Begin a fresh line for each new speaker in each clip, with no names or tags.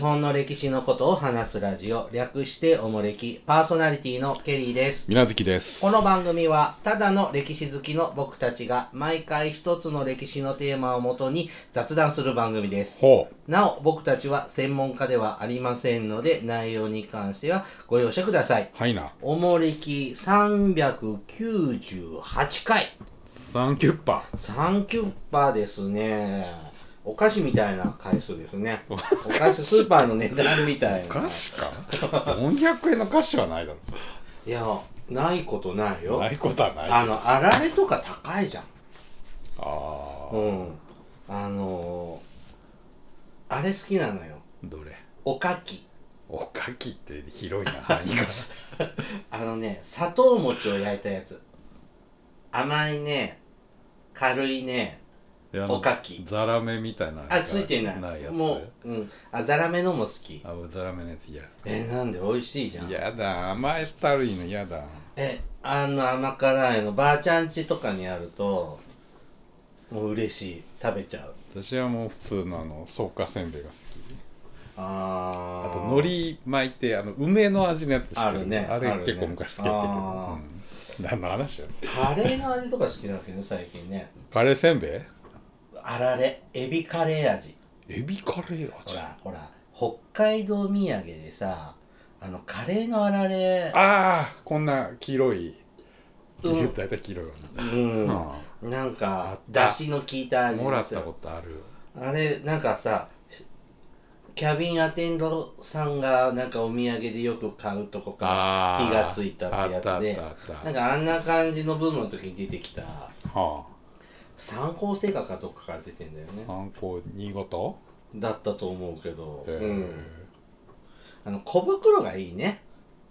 本の歴史のことを話すラジオ、略しておもれき、パーソナリティのケリーです。
みなずきです。
この番組は、ただの歴史好きの僕たちが、毎回一つの歴史のテーマをもとに雑談する番組です。
ほう。
なお、僕たちは専門家ではありませんので、内容に関してはご容赦ください。
はいな。
おもれき398回。
サンキュッパ。
サンキュッパーですね。お菓子みたいな回数ですね。お菓子スーパーの値段みたい
お
な
菓。子か ?400 円の菓子はないだ
いや、ないことない
ろ。
よ
な。いことはない。
あの、あられとか高いじゃん。
あ
う
ー。
ん。あのー、あれ好きなのよ。
どれ
おかき。
おかきって広 いな、範囲が。
あのね、砂糖餅を焼いたやつ。甘いね、軽いね、
いやあの
おかき
ザラメみたいな。
あ、ついてない。
ないやつ。
もう、うん。あ、ザラメのも好き。
あ、ザラメのやつ嫌。
え、なんで美味しいじゃん。
やだ、甘えたるいの嫌だ。
えあの甘辛いのばあちゃん家とかにあるともう嬉しい食べちゃう
私はもう普通のあの、草加せんべいが好き。
あ
あ
ー
と、海苔巻いて、あの、梅の味のやつ知ってる
あるね
あ
あ
れ
るね
結構昔好きやったけど
あ
うん。何の話や
カレーの味とか好きなんですよね最近ね
カレーせんべい
あられエビカレー味
エビカレー
ほ
味
らほら北海道土産でさあのカレーのあられ
ああこんな黄色い、
うん
大体黄色いよね、
うん
あ
なん
あ
か
った
だしの効いた
あ
味
もらった
よ
ことある
あれなんかさキャビンアテンドさんがなんかお土産でよく買うとこから
ー
火がついたってやつで
あった
な
あったあっ
んかあんな感じのブームの時に出てきた
たは
参考成果かどっかから出てんだよ
あ
ね
参考新潟
だったと思うけど、
へえ、
うん、あの小袋がいいね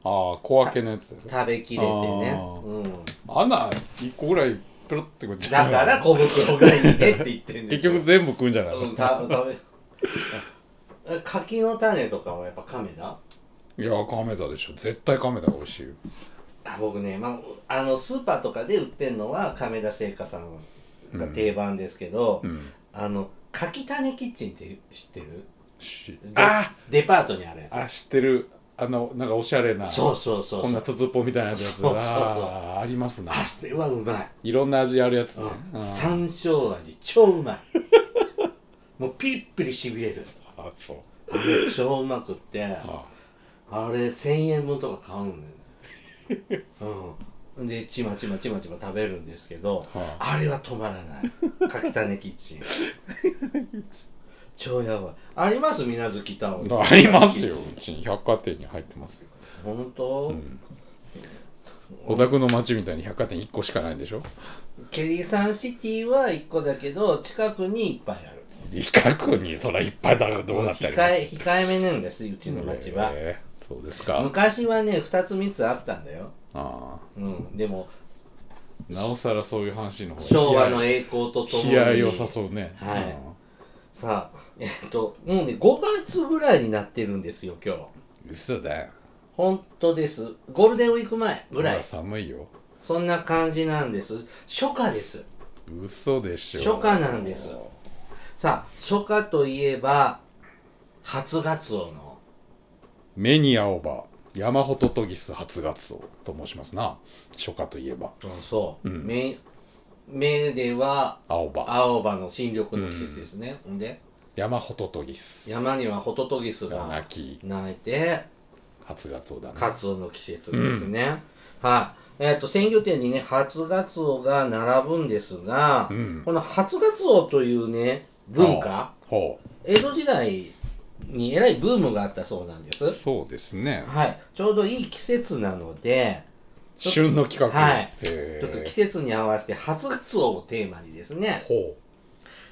ああ小分けのやつ
食べきれて
あ
ね、
ー
うん、
穴一個ぐらいペロってこっち
だから小袋がいいねって言ってるんで
結
すよ
局全部食うんじゃない、
うん、た食べ 柿の種とかはやっぱ亀だ
いやカメダでしょ絶対カメダが美味しいよ
あ僕ね、まあ、あのスーパーとかで売ってるのは亀田製菓さんが定番ですけど、
うん
あの柿種キッチンって知ってる
し
で
あ
デパートにある
ー
や
あ知ってるあのなんかおしゃれな
つそうそうそう
こんな筒っぽみたいなやつ
そうそうそう
あーありますな
あれはうまい、
いろんな味あるやつ
う
ね
ん
うん
山椒味超うまいもうピリッピリしびれる
あそう
あれ超うまくって
あ
あれ1000円分とか買うんだよねうんでちまちまちまちま食べるんですけど
は
あれは止まらない柿種キッチン超やばいあります水無月タオル
ありますようちに百貨店に入ってますよ
本当、
お宅の町みたいに百貨店1個しかないんでしょ
ケリーサンシティは1個だけど近くにいっぱいある
一角にそりゃいっぱいだからどうなったり
控え控えめなんですうちの町は、
えーそうですか
昔はね2つ3つあったんだよ、
あ
うん、でも
あなおさらそういう話の方が
昭和の
悲
栄光とともに
哀悲哀を誘うね
はい
うん
さあえっともうね5月ぐらいになってるんですよ今日
嘘だよ
本当ですゴールデンウィーク前ぐらい
まだ寒いよ
そんな感じなんです。初夏です。
嘘でしょ
初夏なんですさあ、初夏といえば、初ガツオの。
目に青葉山ほととぎす初ガツオと申しますな初夏といえば
そう。
うん
目、目では、
青葉
青葉の新緑の季節ですね。んで、
山ほととぎす
山にはホトトギス
が
が
泣き
鳴いて、
初ガツオだね
カツオの季節ですね。はい。えっ、と、鮮魚店にね、初ガツオが並ぶんですが、
うん
この初ガツオというね、文化、
ほ
江戸時代にえらいブームがあったそうなんです
う。そうですね
はい、ちょうどいい季節なので、
旬の企画
はいちょっと
へ
季節に合わせて初ガツオをテーマにですね
え、ほ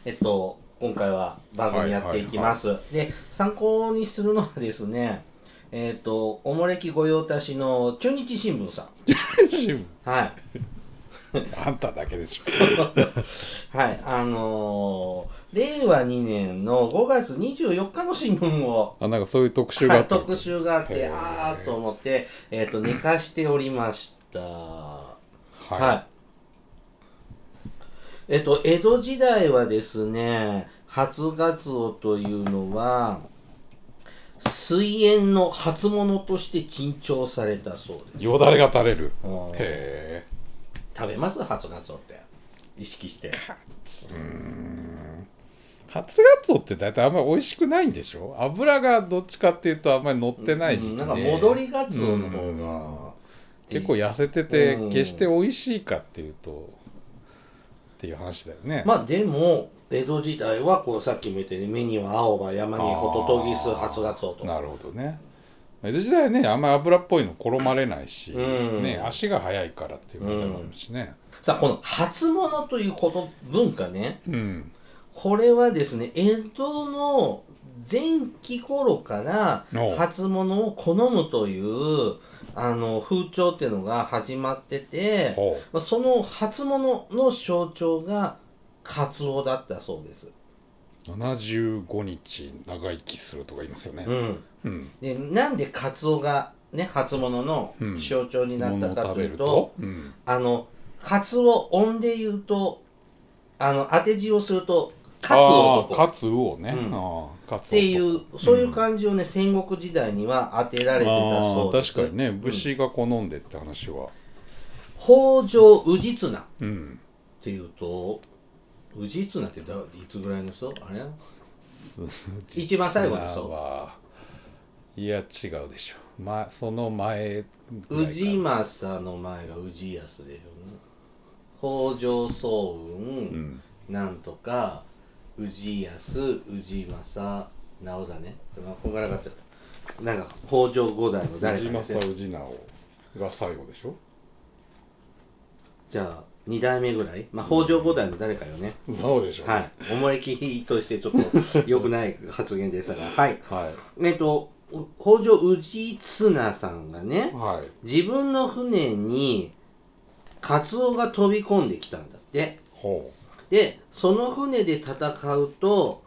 えっと、今回は番組やっていきます。で、参考にするのはですね、えっと、おもれき御用達の中日新聞さ
うシム
ん。はい。
あんただけでしょ
はい、あのー令和2年の5月24日の新聞を、
あなんかそういう特集があ
は
っ
い
た
特集があっ
へ
て、
ー
あーっと思って、えっと、寝かしておりました。はい。
は
えっと、江戸時代はですね、初ガツオというのは、水煙の初物として珍重されたそうです
よだれが垂れる
うん
へ
食べます初ガツオって意識して
えうん初ガツオって大体あんまり美味しくないんでしょ油がどっちかっていうとあんまり乗ってない時期、ね
うんなんか戻りガツオの方が
結構痩せてて、
うん
決して美味しいかっていうとっていう話だよね、
まあでも江戸時代はこうさっきも言ったように目には青葉山にホトトギス
あー
初ガツオと
なるほどね江戸時代はねあんまり油っぽいの転まれないし、
うん
ね、足が速いからっていうのもあるしね、
さあこの初物ということ文化ね
うん
これはですね江戸の前期頃から
おう
初物を好むというあの風潮っていうのが始まってて
ほ
まあその初物の象徴がカツオだったそうです。
う75日長生きするとか言いますよね、
うん、
うん、
でなんでカツオがね初物の
うん
象徴になったかという
物を
と,、
食べると、
あのカツオ音で言うとあの当て字をするとカツオ
あー
男
カツオね、
うん
あーカツオ男
っていうそういう感じをね、戦国時代には当てられてたそう
あ
で
ー
す。
確かにね武士が好んでって話は
北条氏綱っ
うん、
ていうと氏綱ってだいつぐらいの人あれ一番最後の人
そういや違うでしょ、ま、その前ぐらいか
氏政の前が氏康でしょね北条早雲、
うん
なんとか氏康氏政直実ねそのこんがらがっちゃったなんか北条五代の誰
氏
かですね
政氏直が最後でしょ
じゃあ二代目ぐらいまあ北条五代の誰かよね、
そうでしょ
はいおもれきとしてちょっと良くない発言でしたがはい
は
えっと北条氏綱さんがね
いはい
自分の船にカツオが飛び込んできたんだって
ほ
でその船で戦うと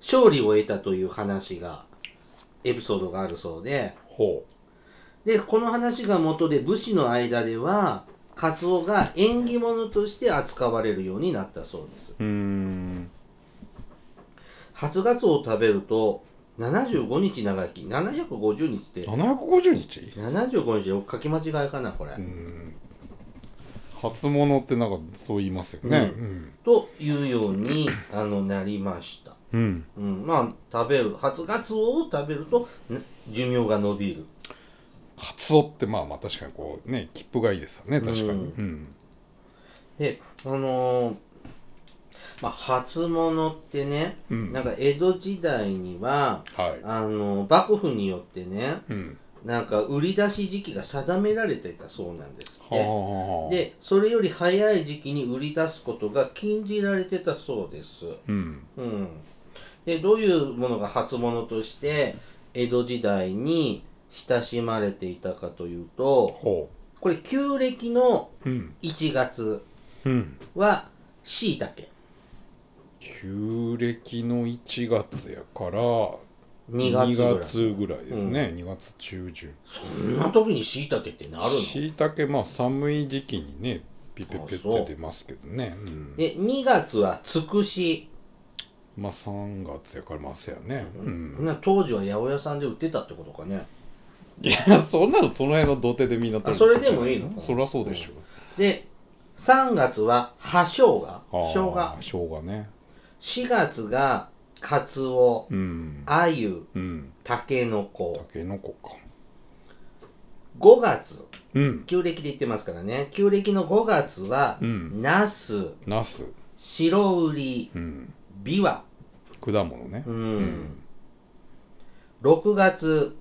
勝利を得たという話がエピソードがあるそうで
うほ
でこの話が元で武士の間ではカツオが縁起物として扱われるようになったそうです
ううーん
初ガツオを食べると75日長生き750日って
750日
75日で書き間違いかなこれ、
うん初物ってなんかそう言いますよねうん
というようにあのなりました
うん
うん、まあ食べる初ガツオを食べるとん寿命が伸びる
カツオってまあまあ確かにこうね切符がいいですよね確かに
う
うん
であのーまあ、初物ってね、
うん
なんか江戸時代には
はい
あのー幕府によってね
うん
なんか売り出し時期が定められていたそうなんですっ
はあ
て
はあはあ
でそれより早い時期に売り出すことが禁じられてたそうです
うん
うんでどういうものが初物として江戸時代に親しまれていたかというと
ほ
これ旧暦の
ううん
1月
うん
はしいたけ
旧暦の1月やから
2月ぐらい
月ぐらいですね、2月中旬
そんな時にしいたけってなるの
しいたけまあ寒い時期にねピペペっ
あそう
て出ますけどね、うん
で2月はつくし、
まあ3月やからまあせやね、うん
な当時は八百屋さんで売ってたってことかね
いや そんなのその辺の土手でみんな取る
あそれでもいいのか
そりゃそうでしょ、
で3月は葉生姜
あ
生姜
ー生姜ね
4月がかつお
うん
あゆ
うん
たけの
た
こ
けのこか
5月
うん
旧暦で言ってますからね旧暦の5月は
うん
なす
なす
白瓜び
うん
わ
果物ね
う
うん
6月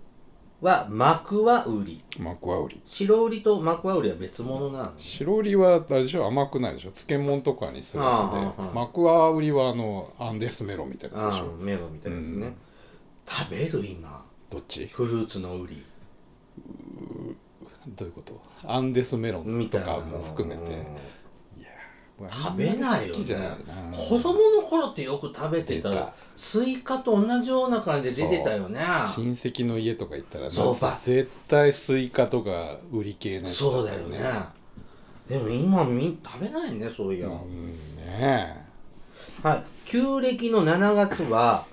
は幕は売り
幕あうり
白売りと幕は売りは別物なんです
白売りはあれでしょ甘くないでしょ漬物とかにするやつで
あーはいはい
幕は売りはあのアンデスメロンみたいなやつでし
あ
ょ
あメロンみたいですね、
うん
食べる今
どっち
フルーツの売り
どういうことアンデスメロ
み
ン
た
と
いな
かも含めて
食べないよね
好きじゃないな
子供の頃ってよく食べてた
出た
スイカと同じような感じで出てたよね
親戚の家とか行ったら
そう
なんか絶対スイカとか売り系のやつ
そうだよねでも今みん食べないねそういや、
うんね
はい旧暦の7月は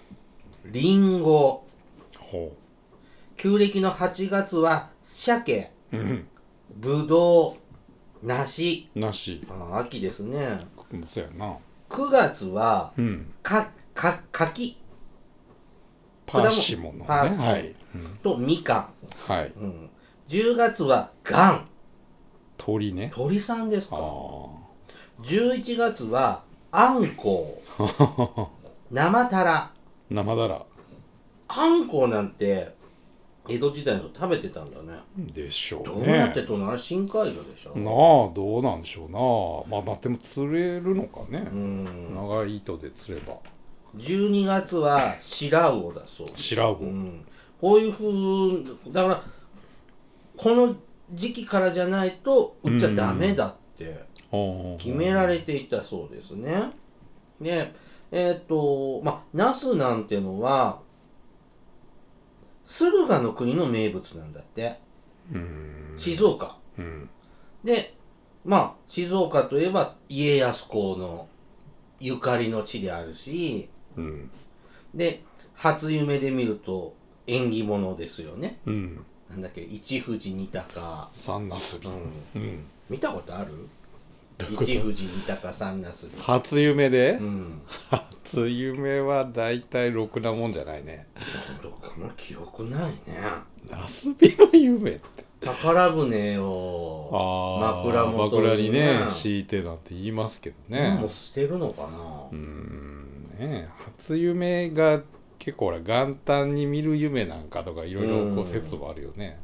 リンゴ
えほ
旧暦の8月は鮭
ううん
ぶどう梨
なし
あー秋ですね
そうやな
9月は
うん
かか柿
パーシモンのね
パーシモン
はい、うん
とみか
はい
ん、うん、10月はがん
鳥ね
鳥さんです
あ
か11月はあんこう
あ
生たら
生だら
あんこうなんて江戸時代の人食べてたんだね
でしょ
ど
う
う
ね
やってとんのあれ深海魚でしょ
なあどうなんでしょうなまあまあでも釣れるのかね
う、ん
長い糸で釣れば
12月は白魚だそう
白魚、
うん、こういうふうだからこの時期からじゃないと売っちゃダメだって
ああ
決められていたそうですね。でえっ、とまあナスなんてのは駿河の国の名物なんだって
うん
静岡。
うん
でまあ静岡といえば家康公のゆかりの地であるし
うん
で初夢で見ると縁起物ですよね。
うん
なんだっけ一富士二鷹、
三なすびうん
見たことある
どういうこと
一富士二鷹三なすび
初夢で、
うん
初夢は大体ろくなもんじゃないね
どっかも記憶ない ね
なすびの夢って
宝船を
ああ
枕元にね
枕にね敷いてなんて言いますけどね
もう捨てるのかな、
うーんねえ初夢が結構ほら元旦に見る夢なんかとかいろいろこ
うん
う説はあるよね。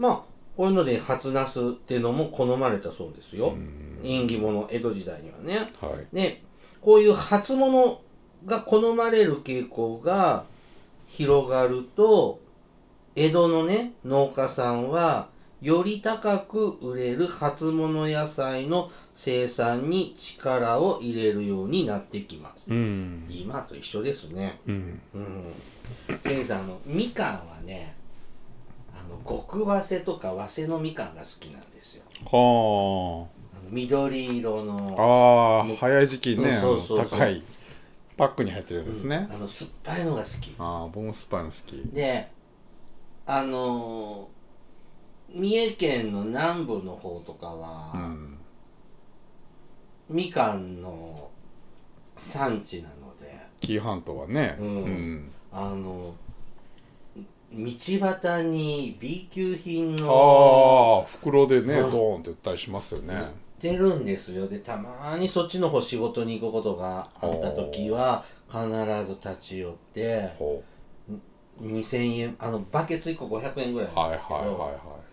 まあこういうので初ナスってのも好まれたそうです
う
よ、
ん
縁起物江戸時代にはね
はい。
でこういう初物が好まれる傾向が広がると江戸のね農家さんはより高く売れる初物野菜の生産に力を入れるようになってきます。
うん。
今と一緒ですね。
うん。
うん。ケイさんあのみかんはね、あの極早生とか早生のみかんが好きなんですよ。
は
あの緑色
あ。
の、
ああ早い時期ね、
うんそうそうそう
あの高いパックに入ってるんですね。
あの酸っぱいのが好き。
ああ僕もスパイの好き。
であのー三重県の南部の方とかは、
うん。
みかんの産地なので
紀伊半島はね。
う
うんん。
あの道端に B 級品
あ
の
あ袋でね
う
ド
ん
ーンって売ったりしますよね
売。ってるんですよでたまにそっちの方仕事に行くことがあった時は必ず立ち寄って
ほ。
2000円あのバケツ1個500円ぐらいう
は
ないん
はい
ですけど、
はいは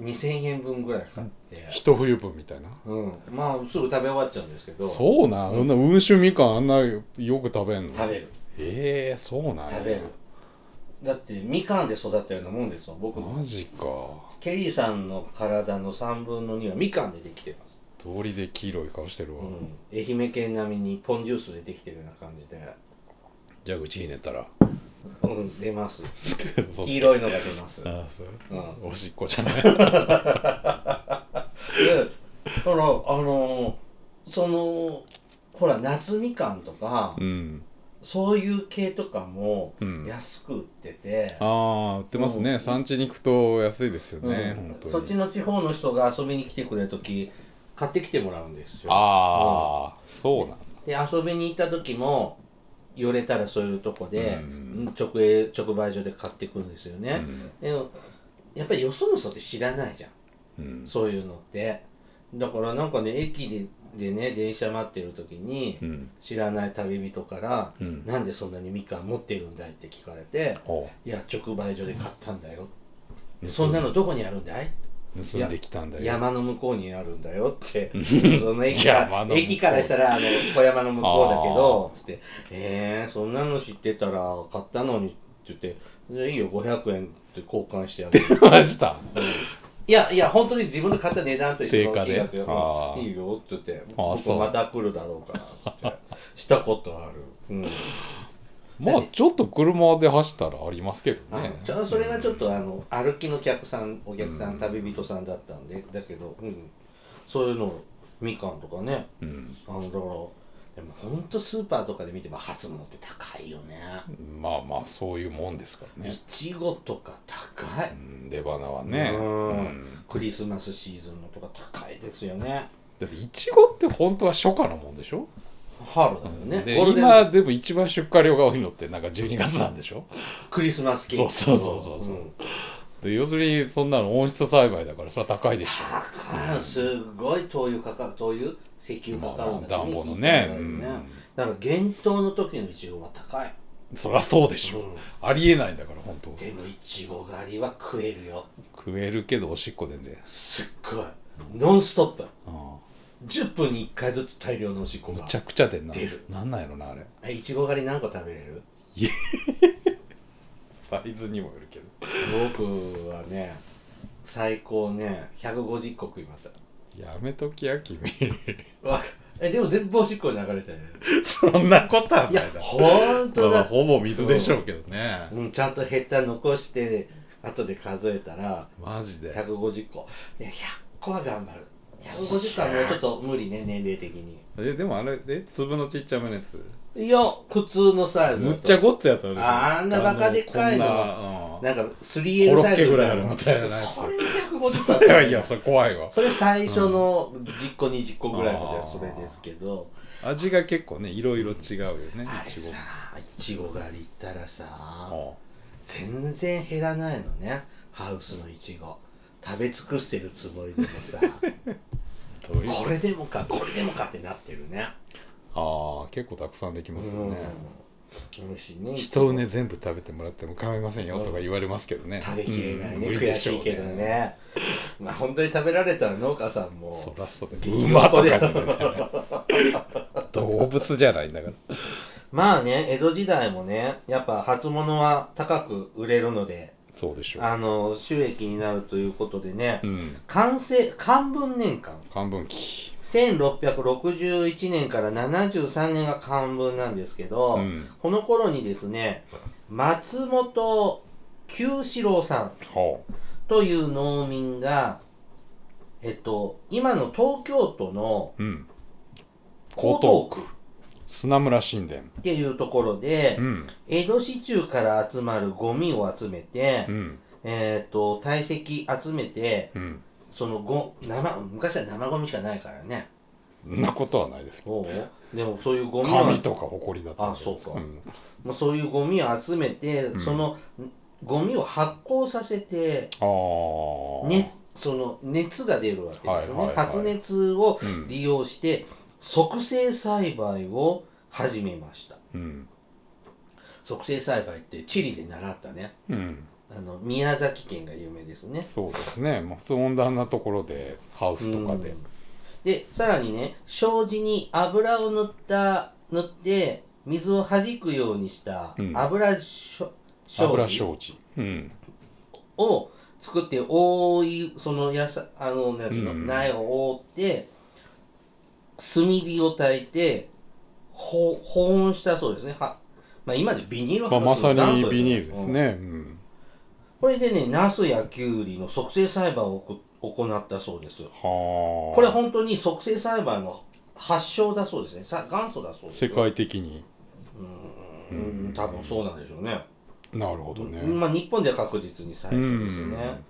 2000円分ぐらい買って
い。一冬分みたいな。
うん、まあすぐ食べ終わっちゃうんですけど
そうなん、そんな温州みかんあんなよく食べんの
食べる
ええそうなんや
食べるだってみかんで育ったようなもんですよ僕も
マジか
ケリーさんの体の3分の2はみかんでできてます、
通りで黄色い顔してるわ、
うん、愛媛県並みにポンジュースでできてるような感じで、
じゃあうちに寝たら
うん、出ます
嘘つ
黄
け
色いのが出ますで
ああそう、
う
おしっこじゃない
だからあのそのほら夏みかんとか、
うん
そういう系とかも
うん
安く売ってて、
ああ売ってます
う
ね、
ん
産地に行くと安いですよね、
うん
本当に
そっちの地方の人が遊びに来てくれる時買ってきてもらうんですよ
ああ、そうなんだ
で遊びに行った時も寄れたらそういうとこで、
うん
直営直売所で買ってくるんですよね、でもやっぱりよその人って知らないじゃん
うんうん
そういうのってだからなんかね駅ででね電車待ってる時に
うん
知らない旅人から「
うん
なんでそんなにみかん持ってるんだい?」って聞かれて
お
「いや直売所で買ったんだよ」
盗
そんなのどこにあるんだい?」
盗んできたんだよ
山の向こうにあるんだよって、 その駅
山
から
の向こう
駅からしたらあの小山の向こうだけど、つって、えー、そんなの知ってたら買ったのにって言って、じゃあいいよ、500円って交換してあげ る。
ました
いやいや、本当に自分で買った値段と一緒の
定価
金
で
額よ
あ。ー
いいよって言って、
あーそう
僕また来るだろうからつって、 したことある。うん。
まあちょっと車で走ったらありますけどね
あちょそれはちょっとあの歩きの客さん、お客さん、旅人さんだったんで、だけど、うん、そういうの、みかんとかね、
うん
あのだからでもほんとスーパーとかで見ても初物って高いよね
まあまあそういうもんですから
い
ね、
ちごとか高
う
い
ん、出花はね、
うん
うん
クリスマスシーズンのとか高いですよね
だっていちごって本当は初夏のもんでしょ、
春だよね、
で
ゴールデン
今でも一番出荷量が多いのってなんか12月なんでしょ
クリスマスケーキ
そうそうそうそう
うん
で要するにそんなの温室栽培だからそれは高いでしょ
高いすごい灯油かかる灯油石油
ま
かか
あ
る
ま
ん
あ
だ
暖房のね、
う、
うん
だ
ん、
から厳冬の時のいちごは高い、
そりゃそうでしょ、
うん
ありえないんだから本当
でもいちご狩りは食えるよ
食えるけどおしっこ出んで、
すっごいノンストップ
う
10分に1回ずつ大量のおしっこ
ん、む
が
ちゃくちゃ出んな
出る
なんなんやろなあれ
えいちご狩り何個食べれる
サイズにもよるけど
僕はね最高ね150個食います
やめときや君
わえでも全部おしっこに流れてる
そんなことはいな
や
いだろ
ほんと
まあ
だ
ほぼ水でしょうけどね
うん、ちゃんとヘッダ残して後で数えたら
マジで
150個いや100個は頑張る150個はもうちょっと無理ね年齢的に
えでもあれえ粒のちっちゃめのやつ
いや普通のサイズだと
むっちゃごっつやつあるでしょ
ああんなバカでっかいの
あのこんな
なんか 3L サイズ
コロッケぐらいあるみたいなやつ
それで
うん
150
そ
個
れはいやそれ怖いわ
それ最初の10個20個ぐらいまでは
あー
それですけど
味が結構ねいろいろ違うよね
あれ
いちご
さいちご狩り行ったらさ
も
全然減らないのねハウスのいちご食べ尽くしてるつもりでもさ
うんどういう
これでもかこれでもかってなってるね
ああ結構たくさんできますよね、
うん美味しいね
人をね全部食べてもらっても構いませんよとか言われますけどね
食べきれないね、
うん無理
悔
でしょ
し
う
いけどねまあ本当に食べられたら農家さんも
そらそうだ
激
よ
怒
馬とかじゃないんだよ動物じゃない んだから
まあね江戸時代もねやっぱ初物は高く売れるので
そうでしょう
あの収益になるということでね
うん
完成漢文年間
漢文期
1661年から73年が漢文なんですけど、
うん
この頃にですね松本久四郎さん
は
という農民がえっと今の東京都の
あうん
江
江
東
東
区
区砂村神殿
っていうところで、
うん
江戸市中から集まるゴミを集めて、
うん
えっと堆積集めて
うん
そのご生昔は生ゴミしかないからね
そんなことはないですけど
おうでもそういうゴミを
紙とか埃だったんじゃないです
あそうか
ん
もうそういうゴミを集めて、
うん
そのゴミを発酵させて、
あー
ね、その熱が出るわけですよね、
はいはいはい
発熱を
うん
利用して促成栽培を始めました
うん
促成栽培ってチリで習ったね
うん
あの宮崎県が有名ですね
そうですねまあ普通温暖なところでハウスとか
う
で
んでさらにね障子に油を塗った塗って水を弾くようにした
うん
油しょ
油
障子
障子うん
を作って覆いそのやさあのなんつうの
うん
苗を覆って炭火を焚いてほ保温したそうですねは、まあ、今でビニールハ
まあ、ま
ウスの
さ
元祖です
に
よ
ビニールです
うん
ね、うん
これでねナスやキュウリの促成栽培をこ行ったそうです
はあ
これ本当に促成栽培の発祥だそうですねさ元祖だそうです
世
よ
界的に
うーん多分そうなんでしょうね
なるほどね、
まあ、日本では確実に最初ですよね。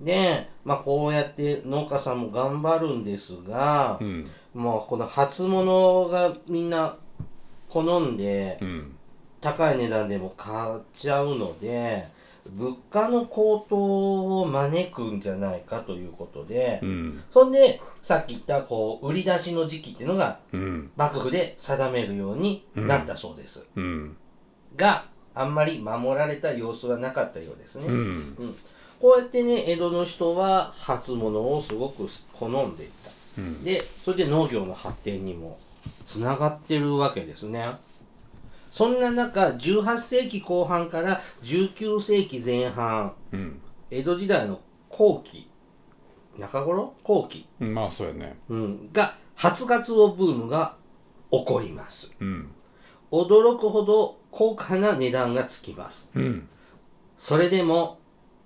で、まあ、こうやって農家さんも頑張るんですが
う、ん
もうこの初物がみんな好んで
うん
高い値段でも買っちゃうので物価の高騰を招くんじゃないかということで、
うん
そんでさっき言ったこう売り出しの時期っていうのが
うん
幕府で定めるようになったそうです、
うん
があんまり守られた様子はなかったようですね。
うん
うん、こうやってね江戸の人は初物をすごく好んでいった
うん
でそれで農業の発展にもつながってるわけですねそんな中18世紀後半から19世紀前半
うん
江戸時代の後期中頃後期、
うんまあそうやね
うん、が初ガツオブームが起こります
うん
驚くほど高価な値段がつきます
うん
それでも、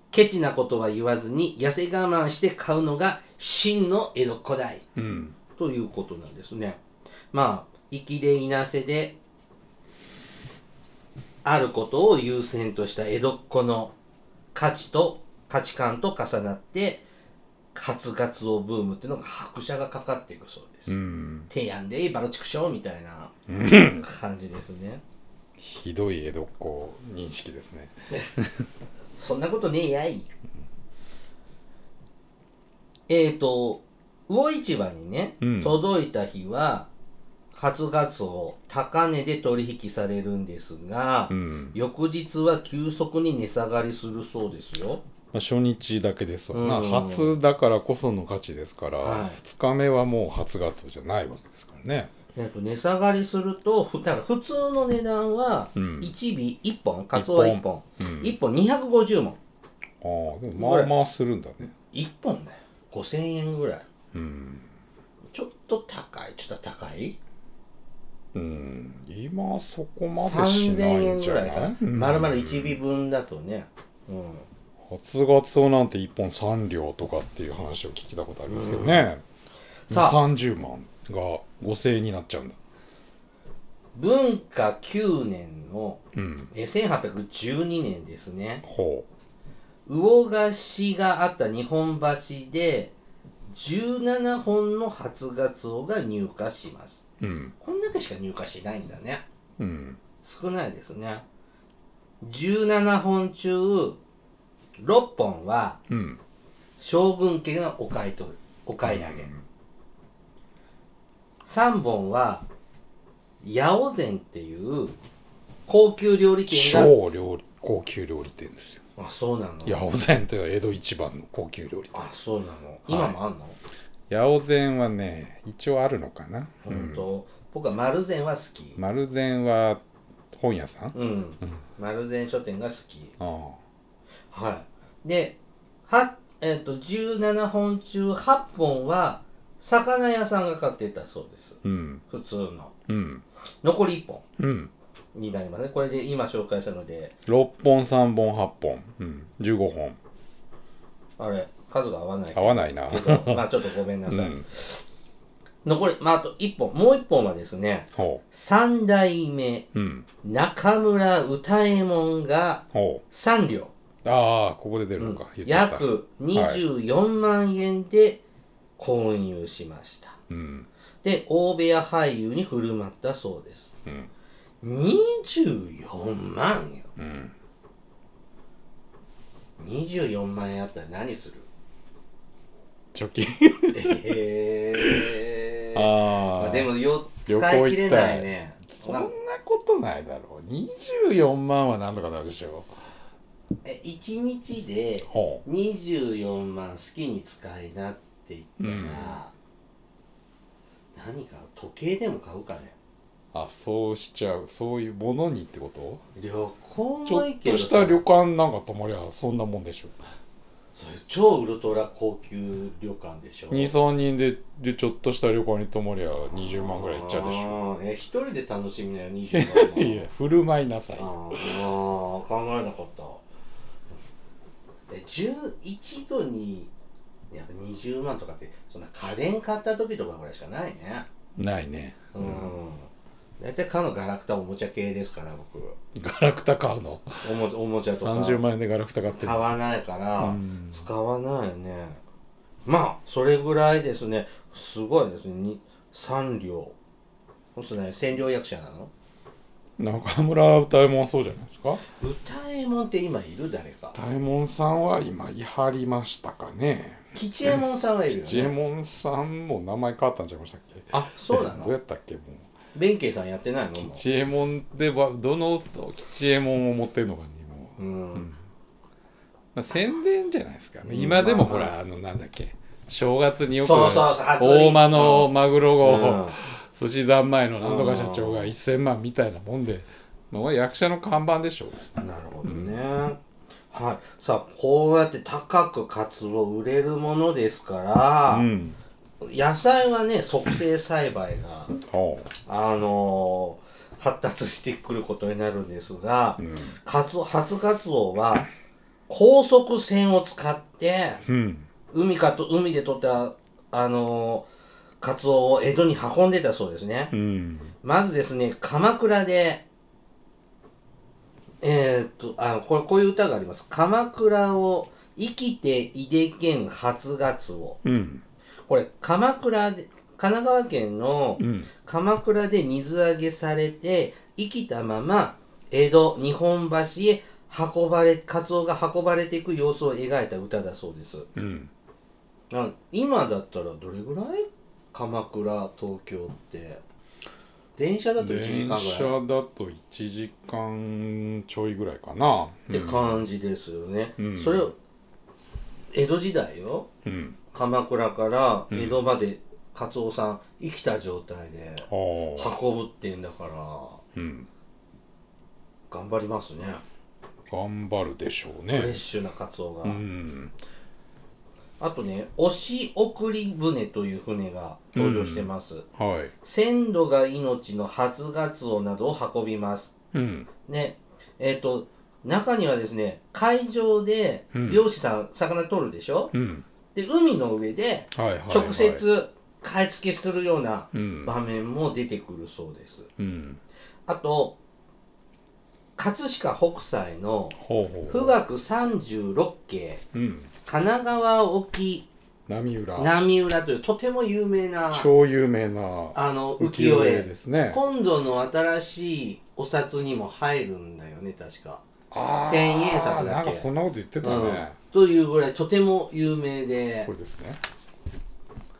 ケチなことは言わずに、痩せ我慢して買うのが真の江戸古代
うん
ということなんですね。まあ、粋でいなせであることを優先とした江戸っ子の価値と価値観と重なって活ガツオブームっていうのが拍車がかかっていくそうです。
うん
提案でいいバロチクショーみたいな感じですね。
ひどい江戸っ子認識ですね
そんなことねえやい。えーと、魚市場にね、
うん
届いた日は、初ガツオ、高値で取引されるんですが、
うん、
翌日は急速に値下がりするそうですよ。
まあ、初日だけですわな、
うん
初だからこその価値ですから、
はい
2日目はもう初ガツオじゃないわけですからね
えっと、値下がりすると、ふだから普通の値段は、
うん
1尾1本、カツオは1本、
うん
1本250文。
ああでもまあまあするんだね
1本だよ。5000円ぐらい。
うん、
ちょっと高い。ちょっと高い
うん、今そこまでし
3000
ないん
円
じ
ぐ
ゃ
らい
な
か
い
な、まるまる
うん
1尾分だとね、うん、
初ガツオなんて1本3両とかっていう話を聞いたことありますけどね、
うん
2
さあ
三3 0万が5000円になっちゃうんだ
文化9年の
うん
え1812年ですね
ほ
魚河岸があった日本橋で17本の初ガツオが入荷します
ううん
こんだけしか入荷しないんだね
うん
少ないですね17本中6本は
うん
将軍家がお買い取るお買い上げ、3本は八百膳っていう高級料理店が
超料理高級料理店ですよ
あそうなの
八百膳というのは江戸一番の高級料理店
あそうなの、今もあんの
八百膳はね一応あるのかな、う
本
ん、
当、僕は丸膳は好き
丸膳は本屋さん
うん、丸膳書店が好き
ああ
はいでは、えっと17本中8本は魚屋さんが買ってたそうです
うん
普通の
うん
残り1本
うん
になりますねこれで今紹介したので
6本3本8本、うん、15本
あれ数が合わない
合わないな
けどまあちょっとごめんな
う
さい、
ん
残り、まあ、あと1本、もう1本はですね、
ほ
三代目、
ううん
中村歌右衛門が
ほ
3両、
うああここで出る
う
の
ん
か、言っちゃった
約24万円で購入しました。
うん
で、大部屋俳優に振る舞ったそうです。
うん
24万よ。
うん
24万円あったら何する
貯金
えー。
あ
まあ、
あ
でもよ、
旅行
使い切れないね。
そん
ま
な
あ
ことないだろう24万はなんとかなるでしょ
え1日で、
ほ
24万好きに使いなって言ったら、何か時計でも買うかね
うあそうしちゃうそういうものにってこと
旅行
ちょ
も
っ
いいけ
と
ど
した
さ
旅館なんか泊まりゃそんなもんでしょ
それ超ウルトラ高級旅館でしょ
23人ででちょっとした旅館に泊まりゃ20万ぐらいいっちゃうでしょ
ょえ一人で楽しみなよ20万
いや振る舞いなさい
あーあー考えなかったえ11度にやっぱ20万とかってそんな家電買った時とかぐらいしかないね
ないね
うん大体かのガラクタおもちゃ系ですから僕
ガラクタ買うの
おもおもちゃとか
30万円でガラクタ買ってる
買わないから、
うん
使わないよねまあそれぐらいですねすごいですねに三両ほんとね千両役者なの
中村歌右衛門そうじゃないですか
歌右衛門って今いる誰か
歌右衛門さんは今いはりましたかね
吉右衛門さんはいるよ
吉右衛
ね
門さんも名前変わったんちゃいましたっけ
あそうな
どうや
の
ったっけもう
弁慶さんやってないのも
吉右衛門ではどの吉右衛門を持ってるのかにも
う、
うんんまあ、宣伝じゃないですか、
うん
今でもほ
ま
らあのなんだっけ正月によく
そうそうそう初売り
大間のマグロ
う
号、
ん
寿司三昧のなんとか社長
う
が
ん
1000万みたいなもんで、まあこれ役者の看板でしょ
なるほどね、はいさあこうやって高くカツオ売れるものですから、
ん
野菜はね促成栽培が
ほ
あのー発達してくることになるんですが、
ん
カツオ初カツオは高速船を使って
うん
海かと海で取ったあのーカツオを江戸に運んでたそうですね。
うん
まずですね、鎌倉で、えーっと、あ、これ、こういう歌があります。鎌倉を生きていでけん初ガツオ。
うん
これ、鎌倉で、神奈川県の
うん
鎌倉で水揚げされて、生きたまま江戸、日本橋へ運ばれ、カツオが運ばれていく様子を描いた歌だそうです。
うん
あ今だったらどれぐらい鎌倉東京って電車だと1時
電
間ぐらい
車だと1時間ちょいぐらいかな
って感じですよね、
うん
それを江戸時代よ
うん
鎌倉から江戸までカツオさん生きた状態で
ああ
運ぶってんだから
うん
頑張りますね
頑張るでしょう
フレッ
ね
シュなカツオが、
うん
あとね押し送り船という船が登場してます、
はい
鮮度が命の初ガツオなどを運びます
うん
ね、えっ、と、中にはですね、海上で
うん
漁師さん、魚取るでしょ
うん
で、海の上で
はいはい、はい、
直接買い付けするような
うん
場面も出てくるそうです。
うん
あと、葛飾北斎の
ほうほう
富岳36景、
うん
神奈川沖
波浦
波浦というとても有名な、
超有名な
あの、浮
浮
世
世絵
絵。
ですね
今度の新しいお札にも入るんだよね、確か。
あー
千円札だっけ
なんかそんなこと言ってた
うん
ね、
というぐらいとても有名で
これですね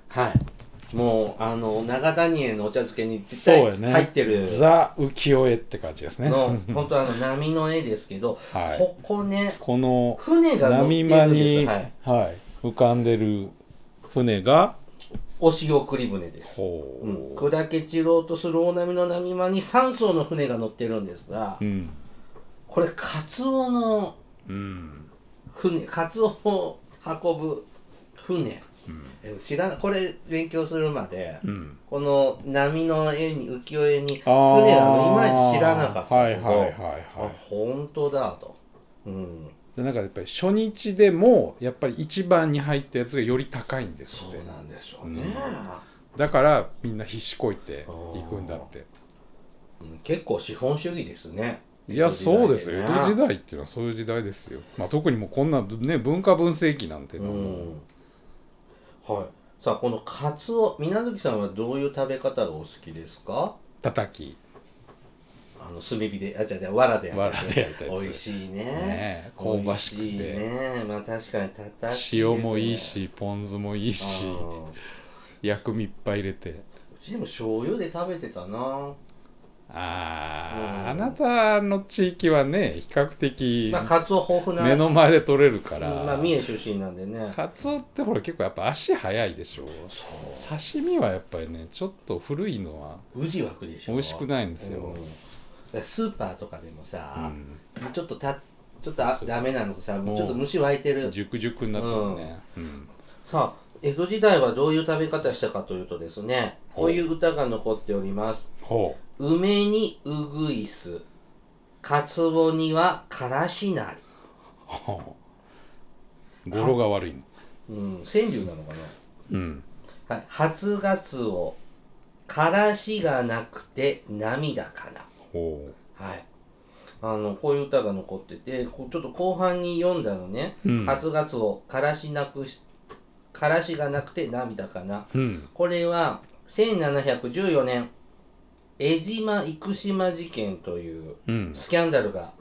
はいもうあの長谷園のお茶漬けに実
そう
際
やね
入ってる
ザ浮世絵って感じですね
の、本当あの波の絵ですけど、
はい
ここね
この
船が乗って
波
るんです
間に、
はい、
はい浮かんでる船が
お仕送り船です、
ほう、
うん、砕け散ろうとする大波の波間に3艘の船が乗ってるんですが、
うん
これカツオの
うん
船カツオを運ぶ船え知らなこれ勉強するまで、
うん
この波の絵に浮世絵に
あー
船なのいまいち知らなかったけど
はいはいはい
あ
は
本当だと、うん、
いでなんかやっぱり初日でもやっぱり一番に入ったやつがより高いんです
そ
っ
う
て
なんでしょうね、
だからみんな必死こいて行くんだって
うん結構資本主義ですね
いや
江戸時代
そうですよ江
ね
戸時代っていうのはそういう時代ですよ、まあ、特にもうこんなね文化分析なんていう
う
のはもうん
はいさあこのカツオ水無月さんはどういう食べ方がお好きですか
叩き
あの炭火であ違う違う藁でやったやつ
藁でやったやつ
美味しいね
ね香ばしくて
美味いねまあ確かにたた
塩もいいしポン酢もいいし
うん
薬味いっぱい入れて
うちでも醤油で食べてたな
あーあ
うん
なたの地域はね比較的
まあカツオ豊富な
目の前で取れるから、
まあ三重出身なんでね
カツオってほら結構やっぱ足早いでしょ刺身はやっぱりねちょっと古いのは
宇治枠でしょ
美味しくないんです
うん
よ、
だからスーパーとかでも
う
さ、
ん、
ちょっとたちょっとあ
そうそう
ダメなのかさもう
もう
ちょっと虫湧いてる
熟熟になってるね、うん
さあ江戸時代はどういう食べ方したかというとですね
ほ
こ
う
ういう歌が残っております
ほ
「梅にうぐいすかつおにはからしなり
うほう語呂が悪いの」
うん川柳なのか
うん
な、はい、初がつおからしがなくて涙かな
ほ
はい。あの、こういう歌が残ってて、こうちょっと後半に読んだのね、
うん
初ガツオ、からしなくし、からしがなくて涙かな。
ううん
これは、1714年、江島生島事件という
うん
スキャンダルが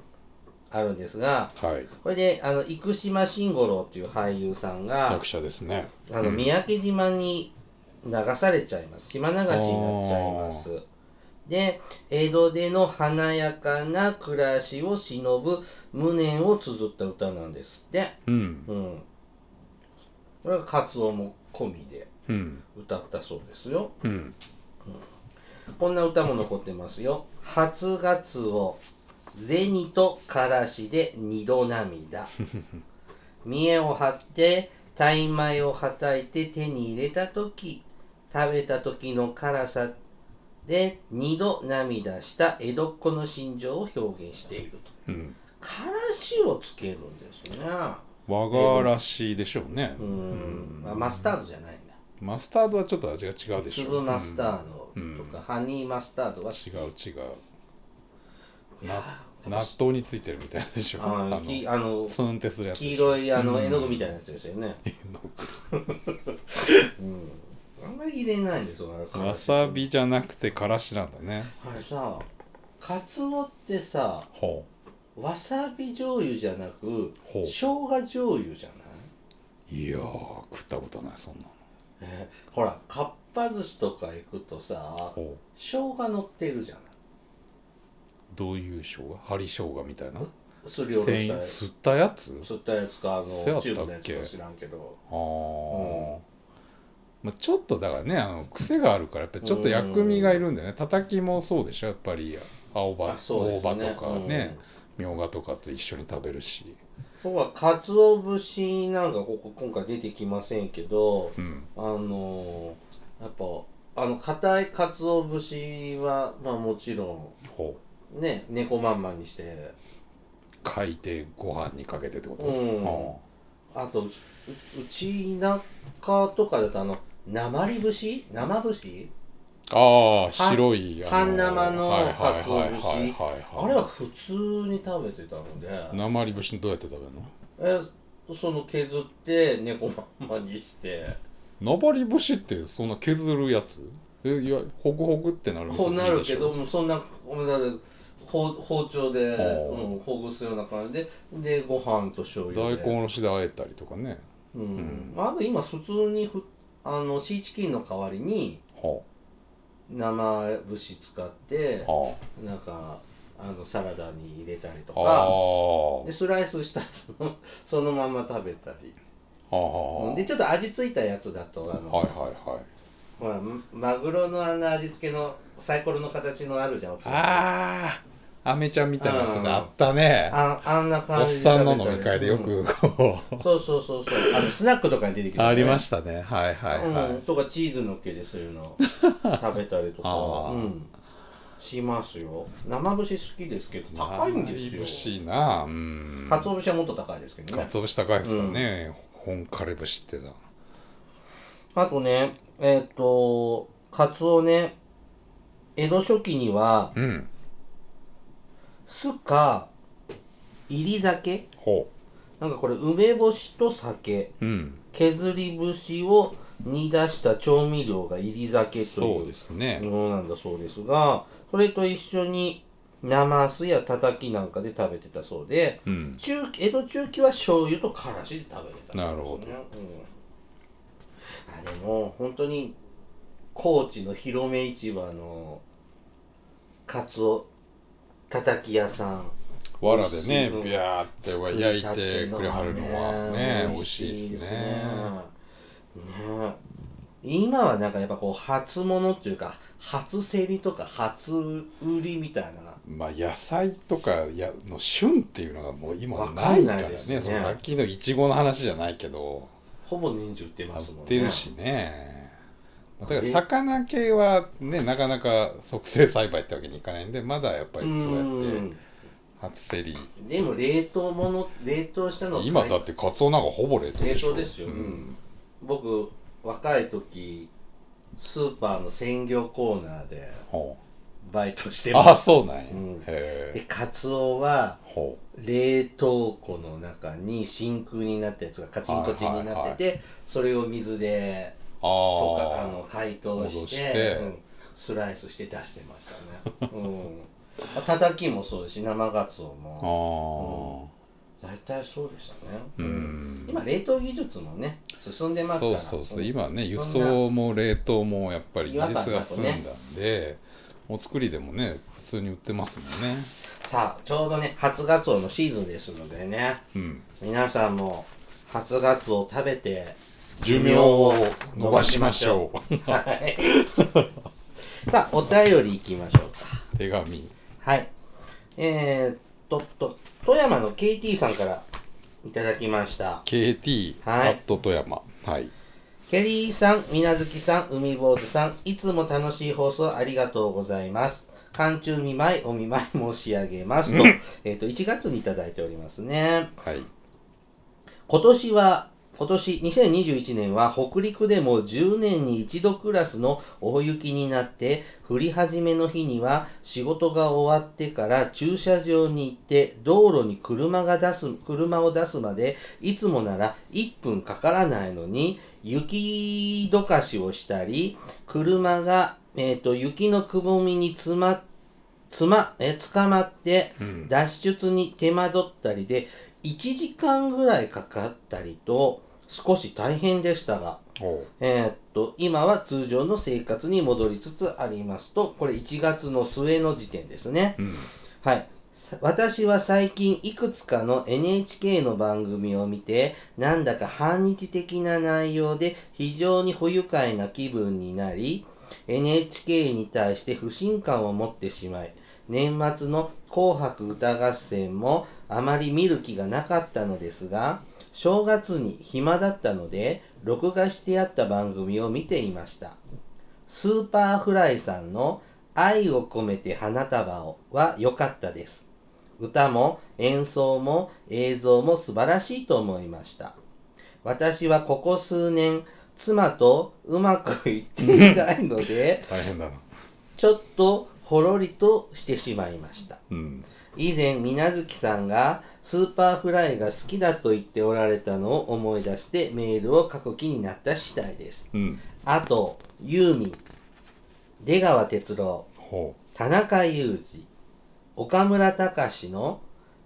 あるんですが、
はい
これで、あの、生島慎五郎っていう俳優さんが
役、者ですね
あの、三宅島に流されちゃいます。島流しになっちゃいます。で、江戸での華やかな暮らしを忍ぶ無念を綴った歌なんですって。
うん
うん。これはカツオも込みで
うん
歌ったそうですよ。
うん
こんな歌も残ってますよ。初ガツオ、銭とからしで二度 涙。見栄を張って、タイ米をはたいて手に入れた時食べた時の辛さで二度涙した江戸っ子の心情を表現していると。
うん
からしをつけるんですね。
和がらしいでしょうね
うーん、まあマスタードじゃないんだ。
マスタードはちょっと味が違うでしょ
粒マスタード
うん
とか、ハニーマスタードは
うん違う違う
い
な
や
納豆についてるみたいでしょ
あの
の
きあの
ツンってするやつでしょ
黄色いあの
うん
絵の具みたいなやつですよね、
絵の
うんあんまり入れないんですよあれ
具わさびじゃなくてからしなんだね
あれさカツオってさ
ほ
わさび醤油じゃなく
うほ
生姜醤油じゃないう
いやー食ったことないそんなの
えほらかっぱ寿司とか行くとさ
ほ
生姜乗ってるじゃないう
どういう生姜針生姜みたいな
すりおろ
繊
し
維
たやつ
吸った
吸ったや
やつ
つかあの
そうやった
チ
っけ
ューブのやつか知らんけど
あーまあ、ちょっとだからねあの癖があるからやっぱりちょっと薬味がいるんだよねたたきもそうでしょやっぱり青葉、
あそうで
大
すね
葉とかねみょうがとかと一緒に食べるし、
うんほらかつお節なんかここ今回出てきませんけど
うん、
あのーやっぱあの硬いかつお節はまあもちろ
ほ
んね猫まんまにして
う書いてご飯にかけてってこと、
うん
あ
あとうちううち田舎とかだとあの鉛節生節
あー白いあの
半生の
はいはいはい
鰹節
はいはい
あれは普通に食べてたので
鉛節どうやって食べる
えその削って猫まんまにして
の鉛節ってそんな削るやつえいやホクホクってなる
こうなるけど
でし
もうそんなごめんなさい包包丁で、
ほう
うん、ほぐすような感じででご飯と醤
ょ
油
大
で
根おろしで和えたりとかね
うんあと今普通にふあのシーチキンの代わりに
は
生節使って
あはあ
なんかあのサラダに入れたりとか
あ
でスライスしたその そのまま食べたり
あはあ
でちょっと味付いたやつだとあの、
はいはいはい
ほらママグロのあの味付けのサイコロの形のあるじゃんおつまみ
ああアメちゃんみたいなやつ
うん
があったね
ああんな感じ
おっさんの飲み
食べた
会
り
でよくこう
うんそうそうそうそうあのスナックとかに出てき
ありま
し
したねはいはいは
うん、
い
とかチーズのっけでそういう の食べたりとか、
あー
うん、しますよ生節好きですけど高いん
生
ですよ
節なうん
かつお節はもっと高いですけどね
かつお節高いですからね本枯れ節ってだ
あとねえっ、とかつおね江戸初期には
うん
酢か入り酒
ほ
なんかこれ梅干しと酒
ううん
削り節を煮出した調味料が入り酒と
そう
い
ですね
うものなんだそうですがそれと一緒に生酢やたたきなんかで食べてたそうで
うん
中江戸中期は醤油とからしで食べてたそうです、ね、
なるほど
うん、あでも本当に高知の広め市場のカツオたたき屋さん
わらでね
美味しいの
ビャーっては焼いてくれはるのはね美味しいですね
ね今はなんかやっぱこう初物っていうか初競りとか初売りみたいな
まあ野菜とかやの旬っていうのがもう今
わか
ない
ん
か
ない
らね
ですね
そのさっきのいちごの話じゃないけど
ほぼ年中売って
売
ますもんね
ってるしねだから魚系はねなかなか促成栽培ってわけにいかないんでまだやっぱりそうやって
ん
初競り
でも冷凍物冷凍したの
今だってカツオなんかほぼ冷凍
冷
でしょ
凍ですよ、
う
うん
ん
僕若い時スーパーの鮮魚コーナーで
ほ
バイトして
うあ
ま
あ
す
そうなんや、
うんで
へえ
カツオは
ほ
冷凍庫の中に真空になったやつがカチンコチンになってて、それを水で
う
と
あ
かあ
あ
の解凍して
戻して
うんスライスして出してましたね、うん、たたきもそうですし生ガツオ
あ
も
ー
大体そうでしたね、
うん
今冷凍技術もね進んでますか
そう
ら
そうそう、
ん
今ね輸
そんな
送も冷凍もやっぱり技術が進んだ
違和感
んで、お作りでもね普通に売ってますもんね
さあちょうどね初ガツオのシーズンですのでね
うん
皆さんも初ガツオを食べて
寿命を伸ばしましょう
さあお便りいきましょうか
手紙
はい。えー、っと、と、富山の KT さんからいただきました。
KT ア
はい
ット富山はい
ケリーさん、みなずきさん、海坊主さん、いつも楽しい放送ありがとうございます。寒中見舞い、お見舞い申し上げますと、えーっと、1月にいただいておりますね。
はい
今年は今年2021年は北陸でも10年に一度クラスの大雪になって降り始めの日には仕事が終わってから駐車場に行って道路に車が出す車を出すまでいつもなら1分かからないのに雪どかしをしたり車が、えー、と雪のくぼみにつまつまえ捕まって
うん
脱出に手間取ったりで1時間ぐらいかかったりと少し大変でしたが、
おう
えーっと今は通常の生活に戻りつつありますとこれ1月の末の時点ですね。
うん
はい。さ私は最近いくつかの NHK の番組を見て、なんだか反日的な内容で非常に不愉快な気分になり、NHK に対して不信感を持ってしまい、年末の紅白歌合戦もあまり見る気がなかったのですが、正月に暇だったので、録画してあった番組を見ていました。スーパーフライさんの愛を込めて花束をは良かったです。歌も演奏も映像も素晴らしいと思いました。私はここ数年、妻とうまくいっていないの で、
大変だな
ちょっとほろりとしてしまいました。
うん
以前、水無月さんがスーパーフライが好きだと言っておられたのを思い出してメールを書く気になった次第です。
うん
あと、ユーミン、出川哲朗、
ほ
田中裕二、岡村隆史の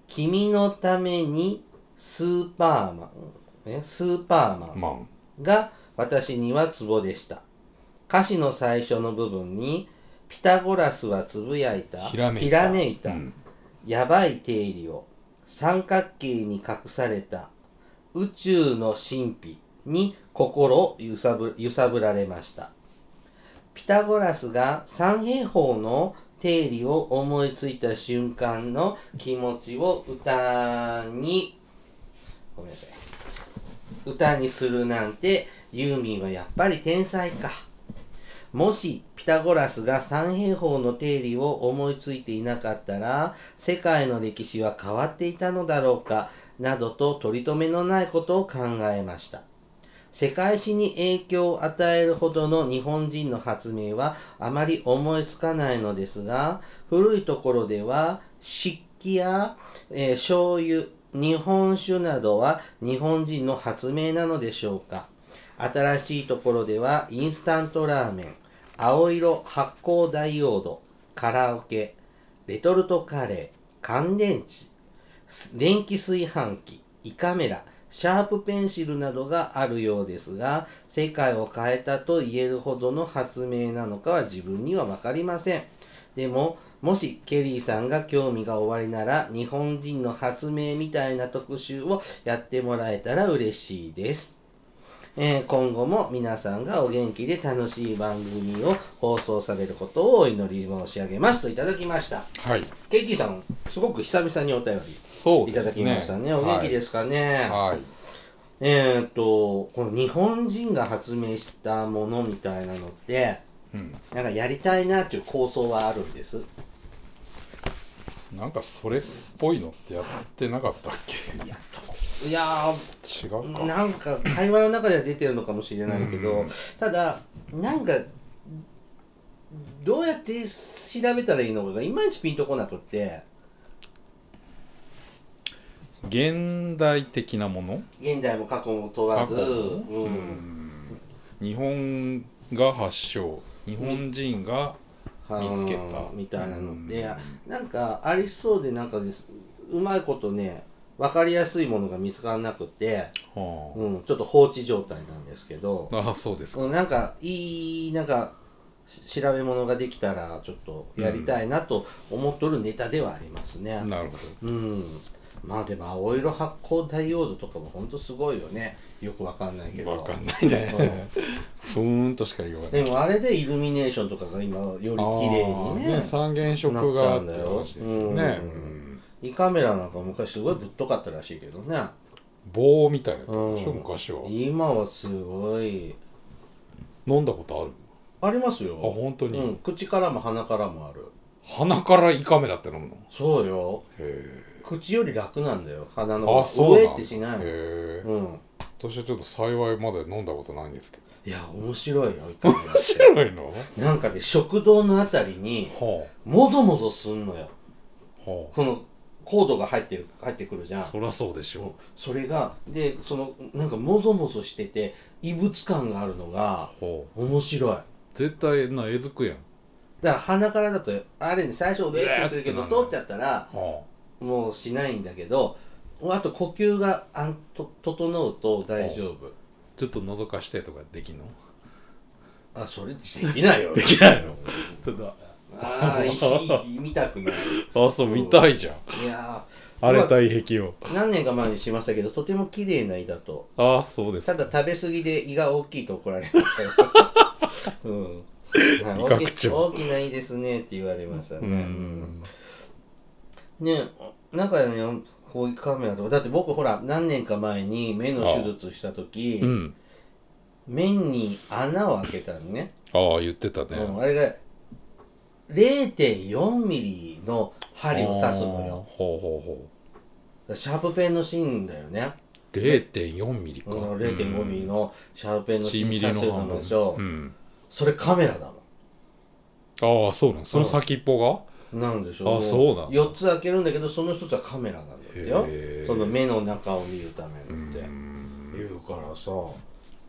君のためにスーパーマン、えスーパーマン
う。まん
が私にはツボでした。歌詞の最初の部分に、ピタゴラスはつぶやいた、
ひらめいた
いた
うん
やばい定理を、三角形に隠された、宇宙の神秘に心を揺さぶ揺さぶられました。ピタゴラスが三平方の定理を思いついた瞬間の気持ちを歌に、ごめんなさい。歌にするなんてユーミンはやっぱり天才かもしピタゴラスが三平方の定理を思いついていなかったら世界の歴史は変わっていたのだろうかなどと取り留めのないことを考えました世界史に影響を与えるほどの日本人の発明はあまり思いつかないのですが古いところでは漆器や、えー醤油日本酒などは日本人の発明なのでしょうか新しいところではインスタントラーメン青色発光ダイオードカラオケレトルトカレー乾電池す電気炊飯器、胃カメラ、シャープペンシルなどがあるようですが、世界を変えたと言えるほどの発明なのかは自分には分かりません。でも、もしケリーさんが興味がおありなら、日本人の発明みたいな特集をやってもらえたら嬉しいです。えー今後も皆さんがお元気で楽しい番組を放送されることをお祈り申し上げますといただきました。
はい
ケリーさん、すごく久々にお便り。
そう
い
で
ただ
す
き
ね
ましたね。お元気ですかね。
はいはい
えっと、この日本人が発明したものみたいなのって、
うん
なんかやりたいなっていう構想はあるんです。
なんかそれっぽいのってやってなかったっけ
いや
違う
ー、
か
なんか会話の中では出てるのかもしれないけ
う
ど
ん、
ただ、なんか、どうやって調べたらいいのかがいまいちピンとこなくって、
現代的なもの
現代も過去も問わず、
過去の
う
うんん日本が発祥日本人が見つけた
うんみたいなのって、
うん
なんかありそうでなんかですうまいことね分かりやすいものが見つからなくて、
は
うん、ちょっと放置状態なんですけど、
ああそうですか
うん、なんかいいなんかし調べ物ができたらちょっとやりたいなと思っとるネタではありますね。
なるほ
うん、まあでも青色発光ダイオードとかもほんとすごいよねよくわかんないけ
ど
ど。
わかんないねふーんとしか言わない
でもあれでイルミネーションとかが今より綺麗に
あー
ね
三原色があっていう話です
なった
よね
んだよ
う
うん
ん
胃カメラなんか昔すごいぶっとかったらしいけどね
棒みたいなやつでし
う
ょ
ん
昔は
今はすごい
飲んだことある
ありますよ
あ本当
うん
に
口からも鼻からもある
鼻から胃カメラって飲むの
そうよ
へえ
口より楽なんだよ鼻の
あ
方
そう
が
なん
上
だ
ってしない
へえ
うん
私はちょっと幸いまだ飲んだことないんで すけど
いや面白い よ面
面白いの
なんかね食堂のあたりに
は
もぞもぞすんのよ
あは
このコードが入ってる入ってくるじゃ
あ
ん
そりゃそうでし
うん
ょ
それがでそのなんかもぞもぞしてて異物感があるのが
う、はあ、
面白い
絶対な絵作やん
だから鼻からだとあれね最初ウェイとするけ
う
ど
わーってな
通っちゃ
る
ったら
は
もうしないんだけどあと呼吸があんと整うと大丈夫
あちょっと覗かしてとかできんの
あそれできないよ
できないのちょっ
ああいいいい見たくない
とあそう見たいじゃん
いや
荒れた胃壁を
ー何年か前にしましたけどとても綺麗な胃だと
ああそうです
た
か
だ食べ過ぎで胃が大きいと怒られましたよ。 うん。
味覚長
大きないですねって言われましたね。
うん
ねなんかね、こういうカメラとか、だって僕ほら、何年か前に目の手術した時
うん
目に穴を開けたのね。
ああ言ってた
う
ね
ん、あれが0.4ミリの針を刺すの
ああ
よ。
ほうほうほ
シャープペンの芯だよね。
う0.4ミリか
うん0.5ミリのシャープペンの
1
芯
ミ
刺
リ
す
の半
の
分
でしょ。
うん
それカメラだもん。
ああそうなのその先っぽが
なんでしょ
あそうなんだ
4つ開けるんだけどその1つはカメラなんだってよ
へー
その目の中を見るため
う
のって
ん
言うからさ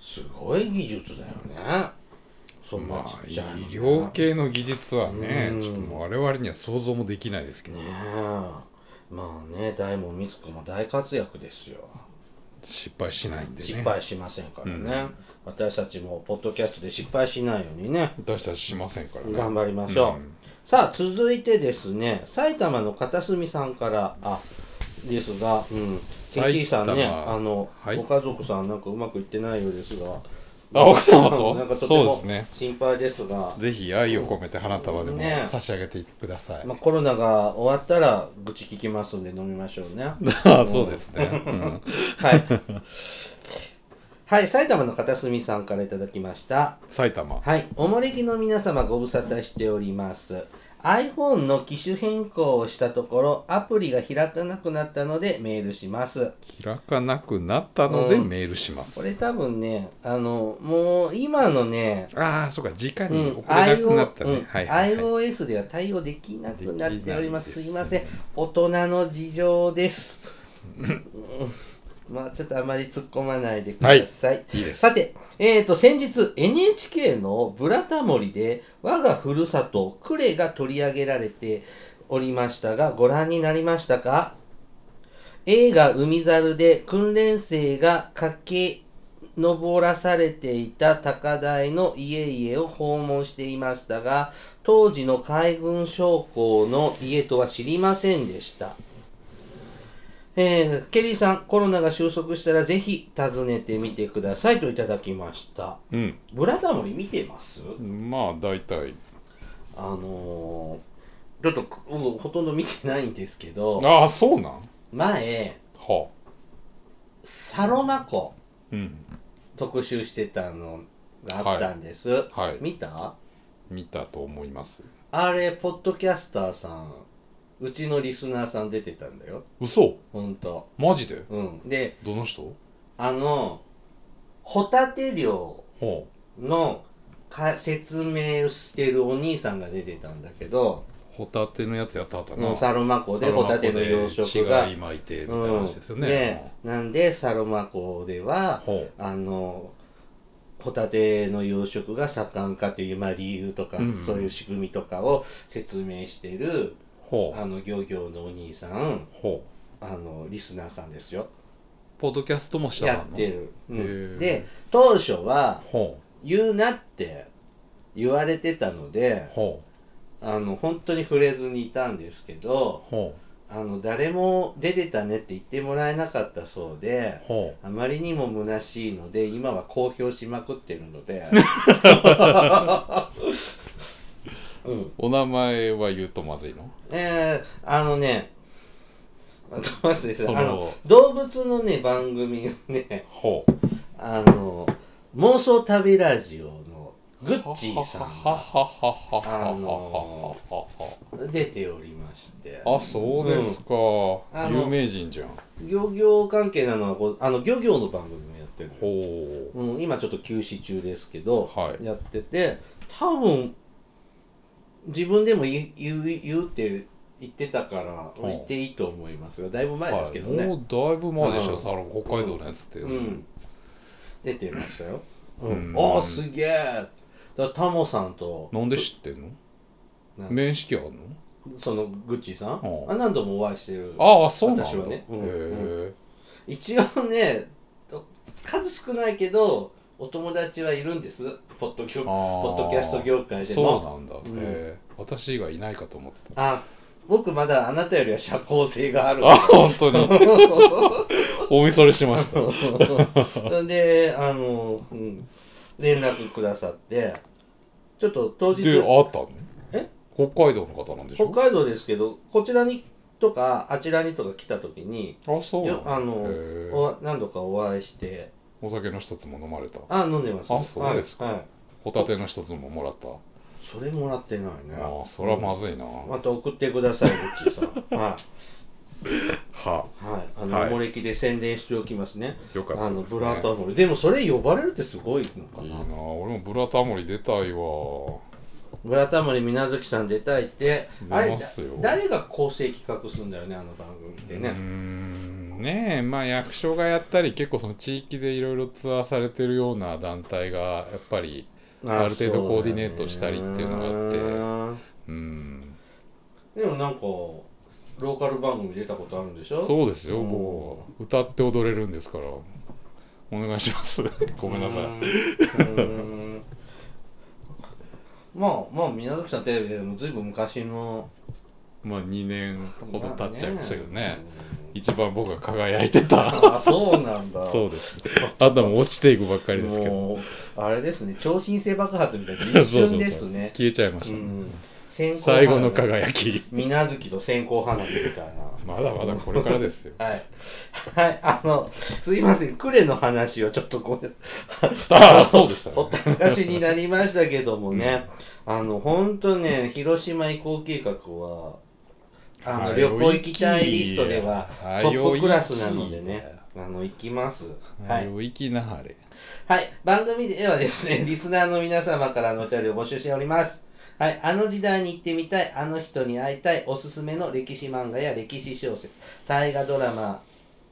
すごい技術だよねそんな
ま
ちっ
あ医
ちゃいのね
療系の技術はね
うん
ちょっともう我々には想像もできないですけど
ねえまあね大門光子も大活躍ですよ
失敗しないんでね
失敗しませんからね、
うん
私たちもポッドキャストで失敗しないようにね
私たちしませんからね
頑張りましょう、
うん
さあ続いてですね埼玉の片隅さんからあですが、うん、KT さんねあの、
はい
ご家族さんなんかうまくいってないようですが
あ奥様
なんか
と
と
そうで
て
す
も
ね
心配ですが
ぜひ愛を込めて花束でも
ね
差し上げてください、
まあ、コロナが終わったら愚痴聞きますんで飲みましょうね
あ そうですね、うん
はいはい埼玉の片隅さんからいただきました
埼玉
はい、おもれきの皆様ご無沙汰しております。iPhone の機種変更をしたところ、アプリが開かなくなったのでメールします。
開かなくなったので
うん
メールします、
これ多分ね、あの、もう今のね、
ああそうか直
う
に
ん
送れなくなったね、
うん
はいはい、はい
iOS では対応できなくなっております。
ですき
い
ない
ま
です
せん。大人の事情 です。うんまあちょっとあまり突っ込まないでください。
いいです
さて、えー、と先日 NHK の「ブラタモリ」で我がふるさと呉が取り上げられておりましたがご覧になりましたか映画「海猿」で訓練生が駆け上らされていた高台の家々を訪問していましたが当時の海軍将校の家とは知りませんでした。えーケリーさん、コロナが収束したらぜひ訪ねてみてくださいといただきました。
うん
ブラタモリ見てます
まあ大体
あのー、ちょっとくうんほとんど見てないんですけど、
ああそうなんは
前、
あ
サロマ湖
うん
特集してたのがあったんです。
はい
見た
見たと思います
あれ、ポッドキャスターさん、うちのリスナーさん出てたんだよ。
嘘
ほんと。
マジで
うん。で、
どの人
あの、ホタテ漁
ほ
のか説明をしてるお兄さんが出てたんだけど、
うホタテのやつやったはった
う
なん
サロマ湖でホタテの養殖
サロ
が
マ湖で違い巻いてみたいな
うん
話ですよね、
なんでサロマ湖では
ほう
あのホタテの養殖が盛んかという、まあ、理由とか、
うんうん
そういう仕組みとかを説明してる
ほう
あの漁業のお兄さん
ほう
あのリスナーさんですよ
ポッドキャストもした
やってる、う
へ
ん、
ー
で当初は
ほ
言うなって言われてたので
うほ
あの本当に触れずにいたんですけ
う
ど
ほ
あの誰も出てたねって言ってもらえなかったそうで
うほ
あまりにも虚しいので今は公表しまくってるの でうん
うお名前は言うとまずいの
えー、あのねあと忘れて
そ
た
の
あの動物のね番組のね
ほう
あの妄想旅ラジオのグッチーさ
はは
ん
はははは
あのが出ておりまして
あそうですか、
あの
有名人じゃん
漁業関係なのはこうあの漁業の番組もやっってるのよ
ほ
うん、今ちょっと休止中ですけど、
はい
やってて多分自分でも言い言う言うって言ってたから
い
言っていいと思いますがだいぶ
う、
前ですけどね、
はいもうだいぶ前でしょ、
うん
サロン北海道のやつって、
うん、出てましたよ、う
うんん
おおすげえだからタモさんと
なんで知ってんの
なん
面識あるの
そのグッチーさん、
うん
あ何度もお会いしてる
ああそうなんだ
私はねうん
へえ、
一応ねど数少ないけどお友達はいるんですポッドキャ
あ
ポッ
ー
ドキャスト業界で
そう
も
なんだ、
ん
へえ私以外いないかと思ってた
あ僕まだあなたよりは社交性がある
あ本当にお見それしました
んであの、うん、連絡くださってちょっと当日
であったの
え
北海道の方なんでしょ
北海道ですけどこちらにとかあちらにとか来た時に
あそうなんだ
よあの
へえ
お何度かお会いして
お酒の一つも飲まれた
あ飲んでます
あそうですか
はいはい
ホタテの一つももらった
それもらってないね
ああそれはまずいな、
また送ってください、ぐっち ーさん。はい。
は
はい。あの、
はい
漏れきで宣伝しておきますね。
よかったですね
あの、ブラタモリ。でも、それ呼ばれるってすごいのか
いい
な。
な俺もブラタモリ出たいわ
ブラタモリ、水無月さん出たいって、あ
出
れ
ますよ、
誰が構成企画するんだよね、あの番組で
うー
ね。
んねえまあ役所がやったり結構その地域でいろいろツアーされてるような団体がやっぱりある程度コーディネートしたりっていうのが
あっ
うん
て。でも、なんか、ローカル番組出たことあるんでしょ
そうですよ
うん
もう歌って踊れるんですからお願いします ごめんなさい
い。うーんまあ、まあ、水無月さんテレビでも、ずいぶん昔の、
まあ2年ほど経っちゃいましたけどね
うん
一番僕が輝いて た
あそうなんだ。
そうです頭落ちていくばっかりですけ ど
もうあれですね、超新星爆発みたいな一瞬ですね。
消えちゃいました、
うん線香花
最
火
後の輝き
水無月と線香花火みたい
まだまだこれからですよ
な。はい。はい、あの、すいません、クレの話はちょっとごめん、
ああそうでした
お
ね
たしになりましたけどもね、あの、ほんとね、広島移行計画は、あの、
はい
旅行行きたいリストでは、
はい
トップクラスなのでね、あの、行きます。はい。
領域なはれ
はい。番組ではですね、 リスナーの皆様からのお便りを募集しております。はい。あの時代に行ってみたい、あの人に会いたい、おすすめの歴史漫画や歴史小説、大河ドラマ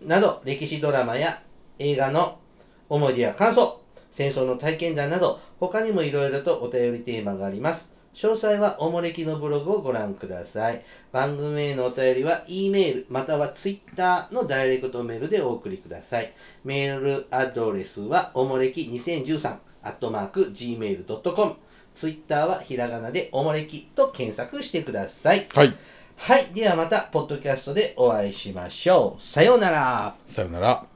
など、歴史ドラマや映画の思い出や感想、戦争の体験談など、他にもいろいろとお便りテーマがあります。詳細はおもれきのブログをご覧ください。番組へのお便りは、E メールまたは Twitter のダイレクトメールでお送りください。メールアドレスは、おもれき2013、アットマーク、gmail.com。Twitter はひらがなでおもれきと検索してください。
はい
はい。ではまた、ポッドキャストでお会いしましょう。さようなら。
さよなら